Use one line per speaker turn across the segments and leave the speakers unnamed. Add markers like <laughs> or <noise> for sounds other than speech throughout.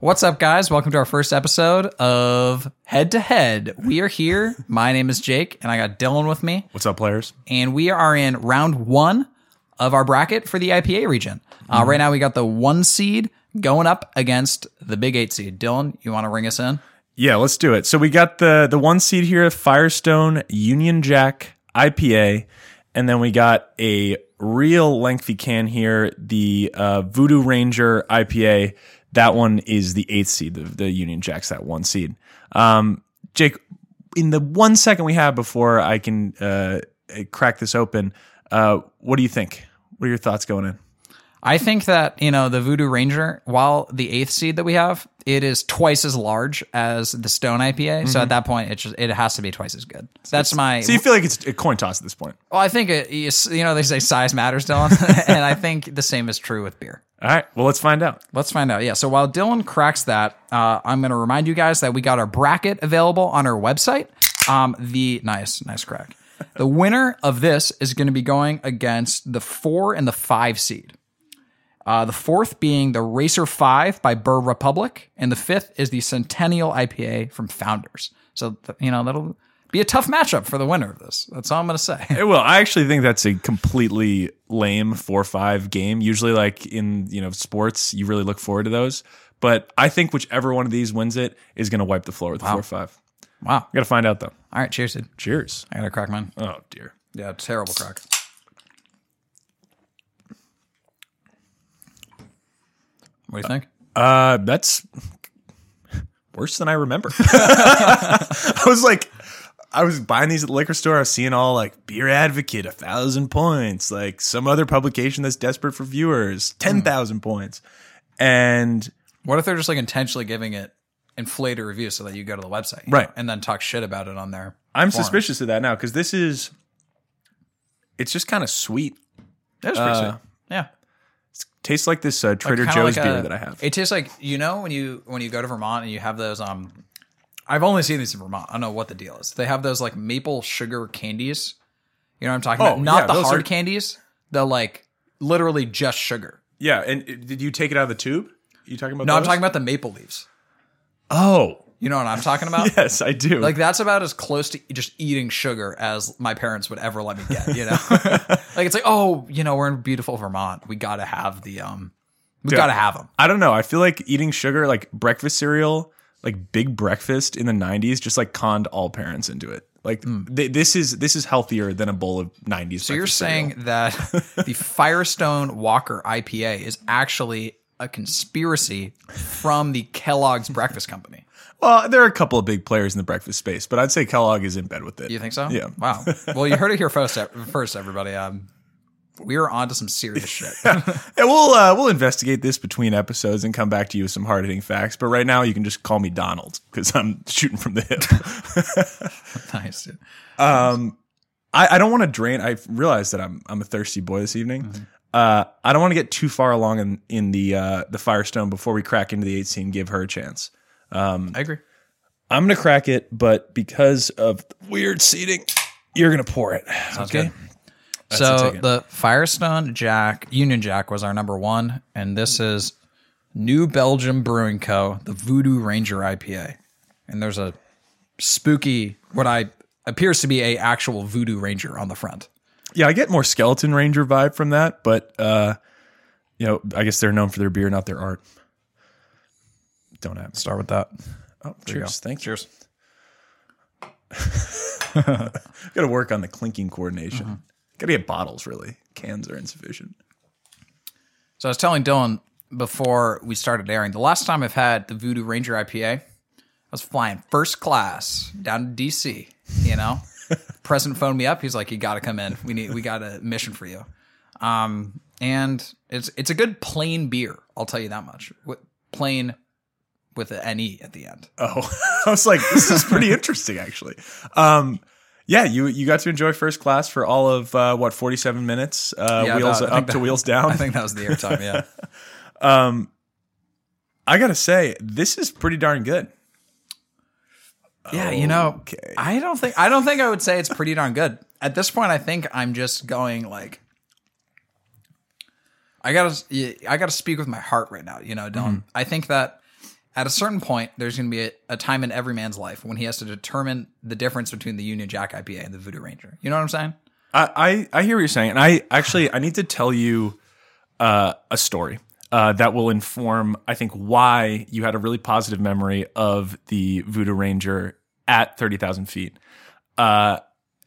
What's up, guys? Welcome to our first episode of Head to Head. We are here. <laughs> My name is Jake, and I got Dylan with me,
What's up, players?
and we are in round one of our bracket for the IPA region. Uh,
Mm-hmm.
right now, we got the one seed going up against the big eight seed. Dylan, you want to ring us in?
Yeah, let's do it. So we got the the one seed here, Firestone Union Jack IPA, and then we got a real lengthy can here, the uh, Voodoo Ranger IPA. That one is the eighth seed. The, the Union Jack's that one seed. Um, Jake, in the one second we have before I can uh, crack this open, uh, what do you think? What are your thoughts going in?
I think that, you know, the Voodoo Ranger, while the eighth seed that we have, it is twice as large as the Stone IPA. So at that point, it just it has to be twice as good. That's my
Mm-hmm. So you feel like it's a coin toss at this point.
Well, I think it, you s- you know they say size matters, Dylan, <laughs> and I think the same is true with beer.
All right. Well, let's find out.
Let's find out. Yeah. So while Dylan cracks that, uh, I'm going to remind you guys that we got our bracket available on our website. Um, the nice, nice crack. The winner of this is going to be going against the four and the five seed. Uh, the fourth being the Racer Five by Burr Republic, and the fifth is the Centennial IPA from Founders. So th- you know that'll be a tough matchup for the winner of this. That's all I'm going to say. <laughs>
It will. Eh, I actually think that's a completely lame four five game. Usually, like in you know sports, you really look forward to those. But I think whichever one of these wins it is going to wipe the floor with four five.
Wow.
Got to find out though.
All right. Cheers, dude.
Cheers.
I got a crack mine.
Oh dear.
Yeah, terrible crack. What do you think?
Uh, that's <laughs> worse than I <laughs> remember. I was like, I was buying these at the liquor store. I was seeing all like Beer Advocate, a thousand points, like some other publication that's desperate for viewers, ten thousand points, and.
What if they're just like intentionally giving it inflated reviews so that you go to the website, you
Right.
know, and then talk shit about it on there?
I'm suspicious of that now because this is. It's just kind of sweet.
That's pretty
Uh,
sweet. Yeah,
Tastes like this uh, Trader
Kinda
Joe's
like
beer
a-
that I have.
It tastes like you know when you when you go to Vermont and you have those. Um, I've only seen these in Vermont. I don't know what the deal is. They have those like maple sugar candies. You know what I'm talking about?
Oh,
Not
yeah,
the
those
hard
are-
candies. The like literally just sugar.
yeah, and it- did you take it out of the tube? You talking about?
No, I'm
those?
talking about the maple leaves.
Oh,
You know what I'm talking about?
<laughs> yes, I do.
Like that's about as close to just eating sugar as my parents would ever let me get.
<laughs>
You know, like it's like, oh, you know, we're in beautiful Vermont. We gotta have the um, we gotta have them.
I don't know. I feel like eating sugar, like breakfast cereal, like big breakfast in the '90s, just like conned all parents into it. Like th- this is this is healthier than a bowl of '90s.
So you're
breakfast cereal.
saying
<laughs>
that the Firestone Walker IPA is actually a conspiracy from the Kellogg's Breakfast Company.
Well, there are a couple of big players in the breakfast space, but I'd say Kellogg is in bed with it.
You think so?
Yeah.
Wow. Well, you heard it here first, first everybody. Um, we are onto some serious
<laughs>
shit. <laughs>
And we'll uh, we'll investigate this between episodes and come back to you with some hard hitting facts. But right now, you can just call me Donald because I'm <laughs> shooting from the hip.
nice. dude.
I, I don't want to drain. I realize that I'm I'm a thirsty boy this evening. Uh, I don't want to get too far along in in the uh, the Firestone before we crack into the 18. and Give her a chance.
I agree.
I'm gonna crack it, but because of weird seating, you're gonna pour it. okay.
good. so
ticket.
the Firestone Jack Union Jack was our number one, and this is New Belgium Brewing Co. the Voodoo Ranger IPA, and there's a spooky what I appears to be a actual Voodoo Ranger on the front.
Yeah, I get more Skeleton Ranger vibe from that, but uh, you know, I guess they're known for their beer, not their art. Don't have.
Start with that.
Oh, cheers. Thank you.
Cheers.
<laughs> Got to work on the clinking coordination. Got to get bottles, really. Cans are insufficient.
So I was telling Dylan before we started airing, the last time I've had the Voodoo Ranger IPA, I was flying first class down to DC, you know? President phoned me up. He's like, You gotta come in. We need we got a mission for you. Um and it's it's a good plain beer, I'll tell you that much. With plain with an NE at the end.
Oh, <laughs> I was like, this is pretty interesting, actually. Um, yeah, you you got to enjoy first class for all of uh, what forty seven minutes. Uh,
Yeah,
wheels
about- I
up
think
to
that-
wheels down.
I think that was the airtime, yeah.
I gotta say, this is pretty darn good.
Yeah, you know,
Okay.
I don't think I don't think I would say it's pretty darn good. At this point, I think I'm just going like,
Mm-hmm.
I gotta I gotta speak with my heart right now. You know, Dylan. I think that at a certain point, there's going to be a, a time in every man's life when he has to determine the difference between the Union Jack IPA and the Voodoo Ranger. You know what I'm saying?
I, I I hear what you're saying, and I actually I need to tell you uh, a story uh, that will inform I think why you had a really positive memory of the Voodoo Ranger at thirty thousand feet. Uh,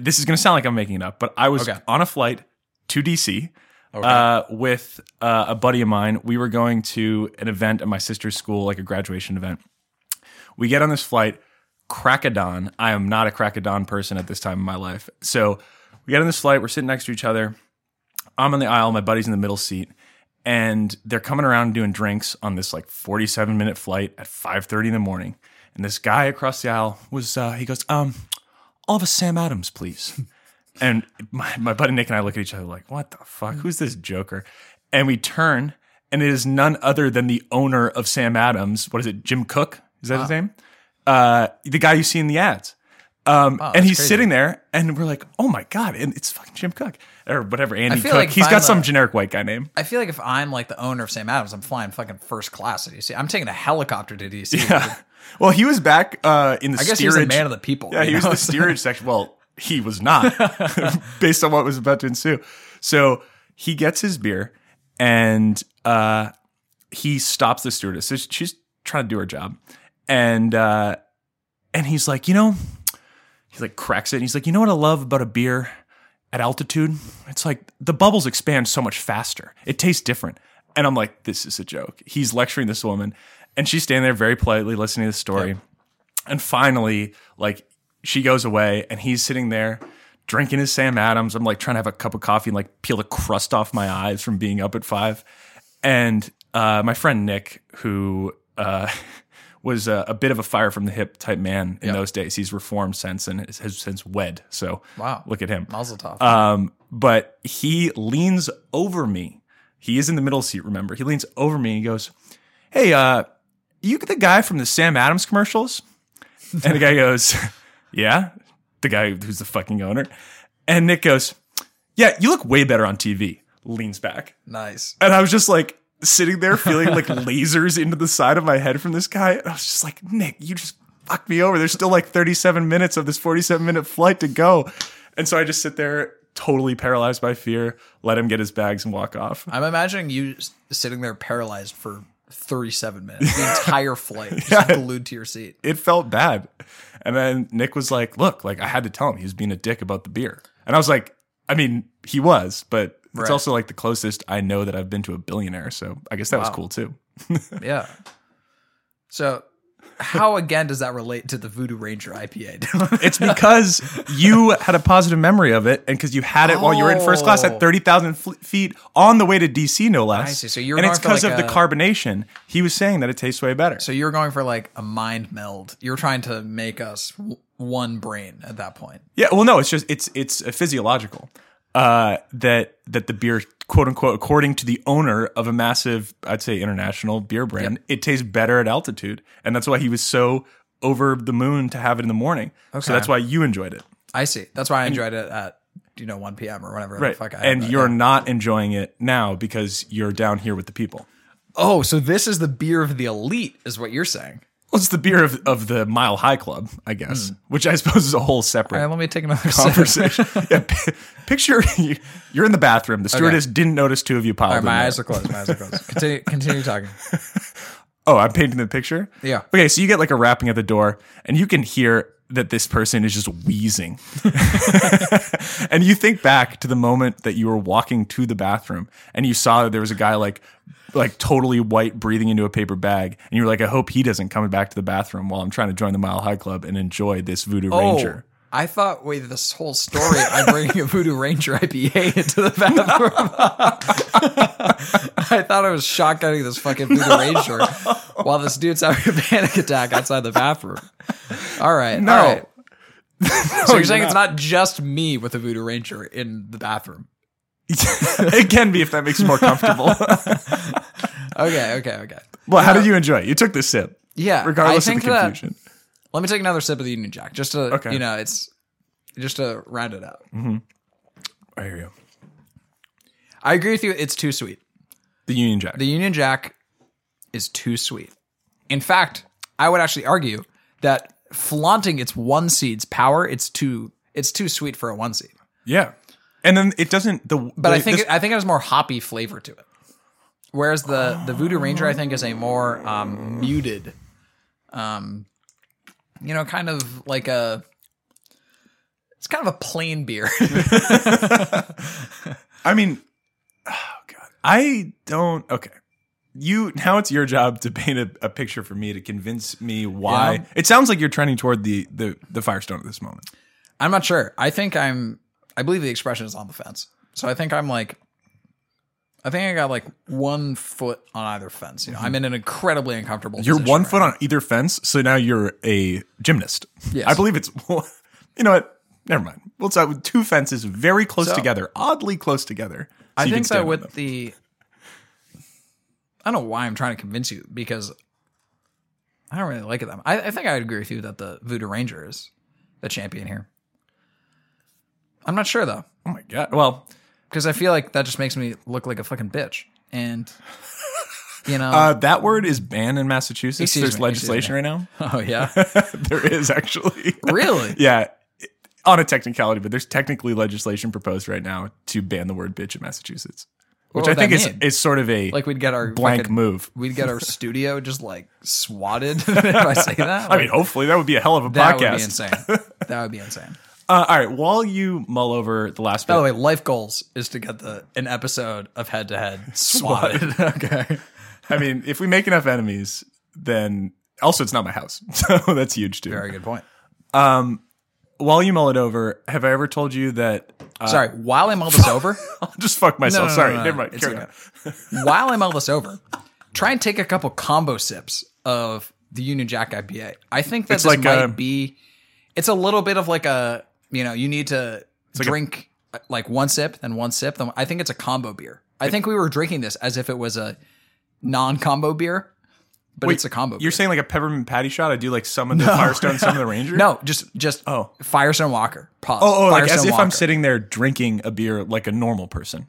this is going to sound like I'm making it up, but I was
Okay.
on a flight to DC uh, with uh, a buddy of mine. We were going to an event at my sister's school, like a graduation event. We get on this flight, crackadon. I am not a crackadon person at this time in my life. So we get on this flight, we're sitting next to each other. I'm on the aisle, my buddy's in the middle seat, and they're coming around doing drinks on this like 47 minute flight at 5:30 in the morning. And this guy across the aisle was uh, he goes, um, all of a Sam Adams, please. <laughs> and my, my buddy Nick and I look at each other like, what the fuck? Who's this joker? And we turn, and it is none other than the owner of Sam Adams. What is it? Jim Cook? Is that his name? Uh, the guy you see in the ads. Um, and he's
crazy.
sitting there, and we're like, "Oh my god!" And it's fucking Jim Cook or whatever Andy
feel
Cook.
like
he's
if
got
I'm
some
a-
generic white guy name.
I feel like if I'm like the owner of Sam Adams, I'm flying fucking first class to DC. I'm taking a helicopter to DC.
<laughs> Yeah. Well, he was back uh, in the
I guess he's
steerage.
a man of the people.
yeah,
you
he was
know?
in
<laughs>
the steerage section. Well, he was not, based on what was about to ensue. So he gets his beer and uh, he stops the stewardess. So she's trying to do her job, and uh, and he's like, you know, he like cracks it, and he's like, you know what I love about a beer at altitude? It's like the bubbles expand so much faster. It tastes different. And I'm like, this is a joke. He's lecturing this woman, and she's standing there very politely listening to the story. And finally, like she goes away and he's sitting there drinking his Sam Adams. I'm like trying to have a cup of coffee and like peel the crust off my eyes from being up at five. And uh, my friend Nick, who uh, <laughs> was a, a bit of a fire from the hip type man in those days, he's reformed since and has, has since wed. So
Wow.
look at him.
Mazel tov.
Um, but he leans over me. He is in the middle seat, remember? He leans over me and he goes, Hey, uh, you the guy from the Sam Adams commercials? And the guy goes, Yeah, the guy who's the fucking owner. And Nick goes, Yeah, you look way better on TV. Leans back.
nice.
And I was just like sitting there feeling like lasers into the side of my head from this guy. And I was just like, Nick, you just fucked me over. There's still like 37 minutes of this 47 minute flight to go. And so I just sit there totally paralyzed by fear, let him get his bags and walk off.
I'm imagining you s- sitting there paralyzed for 37 minutes,
<laughs>
the entire flight, just glued to your seat.
It felt bad. And then Nick was like, look, like I had to tell him he was being a dick about the beer. And I was like, I mean, he was, but it's
Right.
also like the closest I know that I've been to a billionaire. So I guess that was cool too.
Yeah. So, how again does that relate to the Voodoo Ranger IPA?
It's because you had a positive memory of it, and because you had it while you were in first class
Oh.
at thirty thousand feet on the way to DC, no less.
see. So you were
and it's
going for
because
like
of
a-
the carbonation. He was saying that it tastes way
<laughs>
better.
so, you're going for like a mind meld. You're trying to make us w- one brain at that point.
yeah, well, no, it's just it's it's a physiological uh, that that the beer, quote unquote, according to the owner of a massive, I'd say, international beer brand, it tastes better at altitude, and that's why he was so over the moon to have it in the morning.
Okay.
So that's why you enjoyed it.
I see. That's why I enjoyed it at, you know, 1 p.m. or whatever. the
Right.
Fuck I had
and
that
you're
day.
not enjoying it now because you're down here with the people.
Oh, so this is the beer of the elite, is what you're saying.
Well, it's the beer of, of the Mile High Club, I
Hmm.
guess, which I suppose is a whole separate
All right, let me take another <laughs> sip.
conversation. <laughs> yeah, pi picture <laughs> you, you're in the bathroom. The stewardess didn't notice two of you piled in
My
there.
eyes are closed. My eyes are
<laughs>
closed. Continue, continue talking.
Oh, I'm painting the picture?
Yeah.
Okay, so you get like a rapping at the door, and you can hear that this person is just wheezing. <laughs> and you think back to the moment that you were walking to the bathroom and you saw that there was a guy like like totally white breathing into a paper bag and you were like, I hope he doesn't come back to the bathroom while I'm trying to join the Mile High Club and enjoy this voodoo ranger. <laughs>
Oh, I thought with this whole story, I'm bringing a Voodoo Ranger IPA into the bathroom. <laughs> I thought I was shotgunning this fucking Voodoo Ranger while this dude's having a panic attack outside the bathroom. All right.
No. Oh,
All
<laughs>
right. so you're
you're
saying it's not just me with a Voodoo Ranger in the bathroom.
it can be if that makes you
<laughs>
more comfortable.
Okay, okay, okay.
well, how did you enjoy it? You took the sip.
Yeah,
Regardless
I
of
think
the
that-
confusion.
Let me take another sip of the Union Jack just to,
Okay.
you know, it's just to round it out.
I hear you.
I agree with you. It's too sweet.
The Union Jack.
The Union Jack is too sweet. In fact, I would actually argue that flaunting its one seed's power, it's too it's too sweet for a one seed.
Yeah. And then it doesn't the
But I think I think it has more hoppy flavor to it. Whereas the the Voodoo Ranger, I think, is a more um, muted, um, you know, kind of like a. It's kind of a plain beer. <laughs>
I mean oh god. I don't okay. You now it's your job to paint a, a picture for me to convince me why
Yeah.
it sounds like you're trending toward the, the the Firestone at this moment.
I'm not sure. I think I'm. I believe the expression is on the fence. So I think I'm like. I think I got like one foot on either fence. You know, I'm in an incredibly uncomfortable.
You're
position
one
right
foot on either fence, so now you're a gymnast.
Yes.
I believe it's <laughs> you know what? Never mind. We'll start with two fences very close
So-
together, oddly close together. so
I
you can
think
stand
that
on
with
them.
the I don't know why I'm trying to convince you because I don't really like it that much. I, I think I'd agree with you that the Voodoo Ranger is the champion here. I'm not sure though,
Oh my god. Well,
because I feel like that just makes me look like a fucking bitch. And you know
uh, that word is banned in Massachusetts.
Excuse
There's
me,
legislation right now.
<laughs> Oh
<laughs>
yeah.
there is actually.
Really?
<laughs> yeah. On a technicality, but there's technically legislation proposed right now to ban the word bitch in Massachusetts,
What
which
would
I think
that
is,
mean?
is sort of a
Like we'd get our
blank
fucking-
move.
We'd get
<laughs>
our studio just like swatted <laughs> if I say that.
I mean, hopefully that would be a hell of a
that would be
podcast.
insane.
<laughs>
That would be insane.
Uh, all right, while you mull over the last bit,
By the way, life goals is to get the an episode of head to
<laughs>
head swatted. <laughs> okay.
I mean, if we make enough enemies, then also it's not my house, <laughs> so that's huge too.
Very good point.
While you mull it over, have I ever told you that? <laughs> Uh,
Sorry, while I mull this over,
<laughs> I'll just fuck
No, no,
myself.
no,
Sorry,
no, no,
never mind.
it's
Carry
okay.
on.
while I mull this over, try and take a couple combo sips of the Union Jack IPA. I think that
It's
this
like uh,
might
a-
be. It's a little bit of like a you know you need to drink uh, like one sip then one sip then I think it's a combo beer. I think we were drinking this as if it was a non-combo beer, but it's a combo.
You're
beer.
saying like a peppermint patty shot? I do like some of the Firestone, some of the Ranger.
no, just just
Oh.
Firestone Walker. Pause.
Oh, oh, like as
Firestone
if I'm
Walker.
sitting there drinking a beer like a normal person.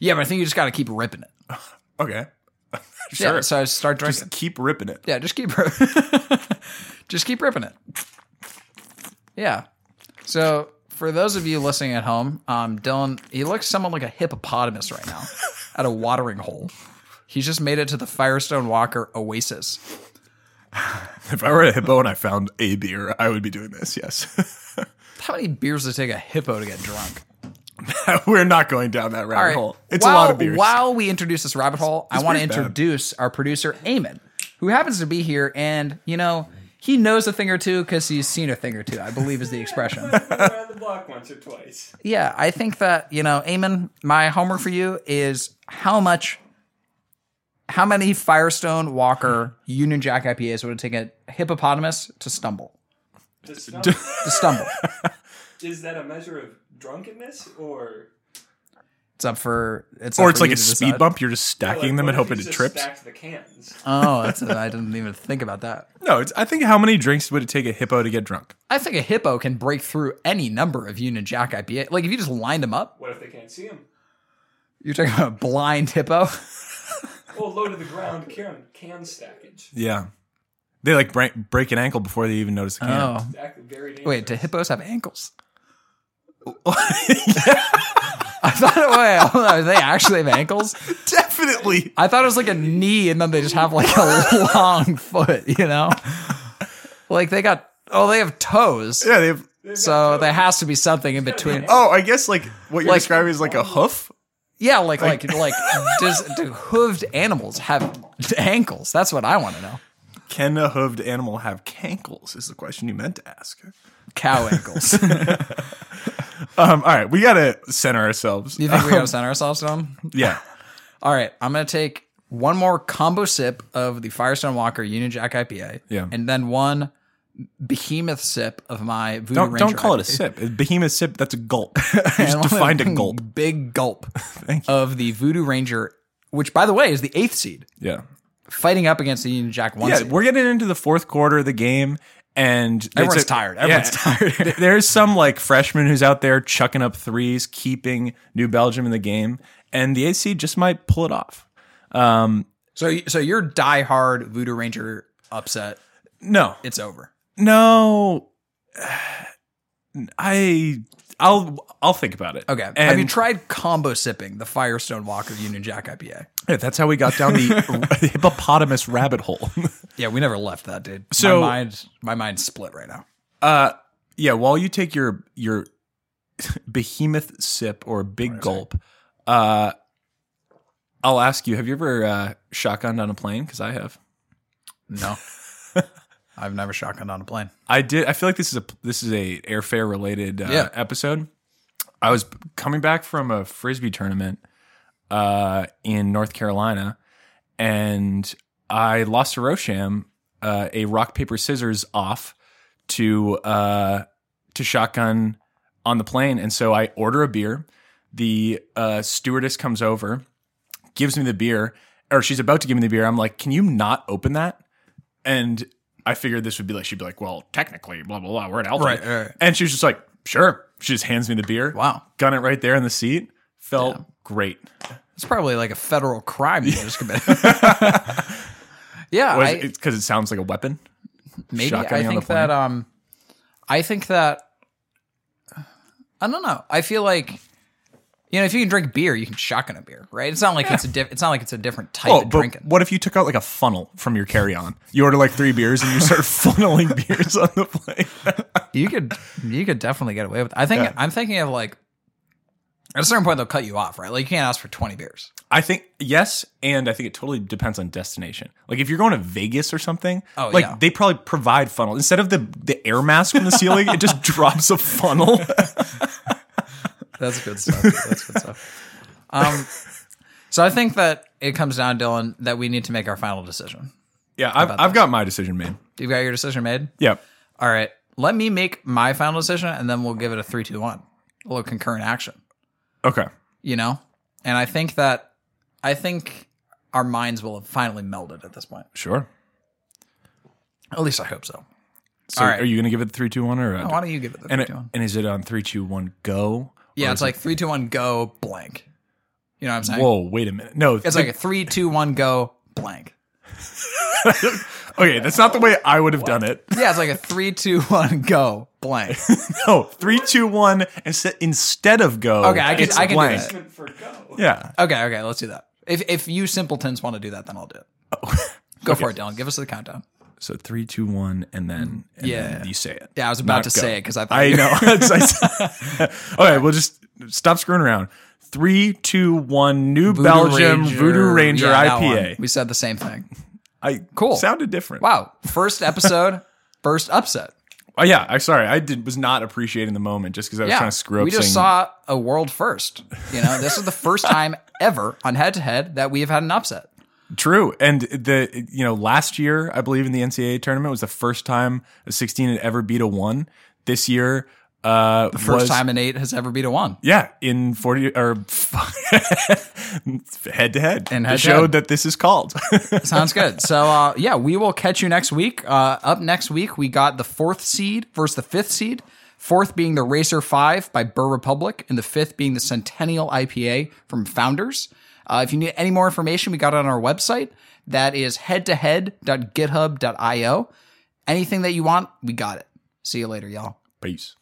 Yeah, but I think you just got to keep ripping it.
Okay. <laughs>
Yeah,
sure.
so I start drinking.
just keep ripping it.
yeah, just keep rip- <laughs> just keep ripping it. Yeah. So for those of you listening at home, um, Dylan, he looks somewhat like a hippopotamus right now <laughs> at a watering hole. He's just made it to the Firestone Walker Oasis.
If I were a hippo and I found a beer, I would be doing this. Yes. <laughs>
How many beers does it take a hippo to get drunk?
We're not going down that rabbit
All right.
hole. It's
while,
a lot of beers.
While we introduce this rabbit hole, I want to
pretty bad.
introduce our producer, Eamon, who happens to be here. And, you know, he knows a thing or two because he's seen a thing or two, I believe is the expression.
around the block once or twice.
yeah, I think that, you know, Eamon, my homework for you is how much, how many Firestone Walker Union Jack IPAs would it take a hippopotamus to stumble?
<laughs>
The smell-
To stumble.
is that a measure of drunkenness or
it's up for, it's up
Or it's
for
like
you
a
to
speed
decide.
bump. You're just
like,
stacking them
what
and
if
hoping
you
it
just
trips.
stacked the cans.
Oh, that's, I didn't even think about that.
No, it's, I think how many drinks would it take a hippo to get drunk?
I think a hippo can break through any number of Union Jack IPA. Like if you just lined them up,
What if they can't see them?
you're talking about a blind hippo.
Oh, low to the ground, can, can stackage.
Yeah. They like break, break an ankle before they even notice the can.
Oh,
Exactly, very dangerous.
wait, do hippos have
<laughs>
ankles? <laughs> I thought, wait, hold on, do they actually have ankles?
Definitely.
I thought it was like a knee, and then they just have like a <laughs> long foot. You know, like they got oh, they have toes,
Yeah, they've.
so there has to be something in between.
Oh, I guess like what you're
Like- oh.
describing is like a hoof.
Yeah, like like like does do hooved animals have ankles? That's what I want to know.
Can a hooved animal have cankles? Is the question you meant to ask.
Cow
<laughs>
ankles.
Um, all right, we gotta center ourselves. Uh,
Do you think we gotta center ourselves down? <laughs>
Yeah,
All right, I'm gonna take one more combo sip of the Firestone Walker Union Jack IPA.
Yeah.
And then one behemoth sip of my Voodoo
don't
Ranger
don't call it a
IPA.
sip. A Behemoth sip. That's a
<laughs>
gulp. You
And
just
one <laughs>
defined a gulp.
Big gulp
<laughs> Thank you.
of the Voodoo Ranger, which by the way is the eighth seed,
Yeah,
fighting up against the Union Jack one
yeah.
seed.
We're getting into the fourth quarter of the game, and it's
Everyone's
a-
tired.
<laughs>
Everyone's tired.
Th- There's some like freshman who's out there chucking up threes, keeping New Belgium in the game, and the AC just might pull it off.
So so you're diehard Voodoo Ranger upset,
No,
it's over.
no. <sighs> I I'll I'll think about it.
Okay. Have
And-
you tried combo sipping the Firestone Walker Union Jack IPA?
Yeah, <laughs> that's how we got down
<laughs>
the hippopotamus rabbit hole. <laughs>
Yeah, we never left that, dude.
So-
my mind, my mind's split right now.
Uh, yeah. While you take your your <laughs> behemoth sip or big gulp, uh, I'll ask you: Have you ever uh, shotgunned on a plane? Because I have. <laughs>
No, I've never shotgunned on a plane.
I did. I feel like this is a this is a airfare related uh,
Yeah.
episode. I was coming back from a frisbee tournament uh, in North Carolina, and I lost to Rosham uh, a rock paper scissors off to uh, to shotgun on the plane, and so I order a beer. The uh, stewardess comes over, gives me the beer, or she's about to give me the beer. I'm like, "Can you not open that?" And I figured this would be like she'd be like, "Well, technically, blah blah blah, we're an alpha,"
Right, right, right.
and she was just like, "Sure." She just hands me the beer.
Wow.
gun it right there in the seat. Felt
<laughs>
great.
It's probably like a federal crime you just committed. <laughs>
<laughs>
yeah, I,
Because it, sounds like a weapon.
maybe
shotgunning on
I
the
think
plane?
that um, I think that I don't know. I feel like you know if you can drink beer, you can shotgun a beer, right? It's not like it's a diff- it's not like it's a different type
Oh,
of
but
drinking.
what if you took out like a funnel from your carry-on? You order like three beers and you start <laughs> funneling beers on the plane. <laughs>
you could you could definitely get away with. I think
Yeah.
I'm thinking of like at a certain point they'll cut you off, right? Like you can't ask for 20 beers.
I think yes, and I think it totally depends on destination. Like if you're going to Vegas or something,
Oh,
like
yeah.
they probably provide funnel instead of the the air mask from the ceiling. it just <laughs> drops a <laughs> funnel.
That's good stuff. That's good stuff. <laughs> Um, so I think that it comes down, Dylan, that we need to make our final decision.
yeah, I've, I've got my decision made.
You've got your decision made.
Yeah,
All right. Let me make my final decision, and then we'll give it a three, two, one, a little concurrent action.
okay,
You know, and I think that I think our minds will have finally melded at this point.
sure.
At least I hope so.
So
All right.
are you going to give it the three, two, one, or a,
Why don't you give it the
and
three,
it,
two, one?
and is it on three, two, one, go?
Yeah,
Or
it's
is it-
like three, two, one, go blank. You know what I'm saying?
whoa, wait a minute. No,
It's like a three, two, one, go blank.
okay, that's not the way I would have done it.
Yeah, it's like a three, two, one, go blank.
<laughs> No, three, two, one, instead instead of go.
Okay, I can-
it's
I can do
blank.
that.
Placement for go.
Yeah,
Okay, okay, let's do that. If if you simpletons want to do that, then I'll
<laughs>
do it. Go for it, Dylan. Give us the countdown.
so three, two, one, and then and
Yeah.
then you say it.
Yeah, I was about
Not
to
go.
say it because I thought
I
you- <laughs>
know. It's- <laughs> it's- All right, we'll just stop screwing around. Three, two, one. New
Voodoo
Belgium
Ranger-
Voodoo Ranger
yeah, that one.
IPA.
We said the same thing.
I
Cool.
Sounded different.
Wow, first
<laughs>
episode, first upset.
Oh yeah. I sorry. I did was not appreciating the moment just because I was
Yeah,
trying to screw up.
we just
saying-
saw a world first. You know, this is the
<laughs>
first time ever on head to head that we have had an upset.
True. And the you know, last year, I believe in the NCAA tournament was the first time a 16 had ever beat a 1. This year uh the
First time an eight has ever beat a one.
Yeah, in 40 or <laughs> head to
And
head. It
head-to-head.
showed that this is called. <laughs>
Sounds good. So uh, yeah, we will catch you next week. Uh, up next week, we got the fourth seed versus the fifth seed. Fourth being the Racer Five by Burr Republic, and the fifth being the Centennial IPA from Founders. Uh, if you need any more information, we got it on our website. That is headtohead.github.io. Anything that you want, we got it. See you later, y'all.
Peace.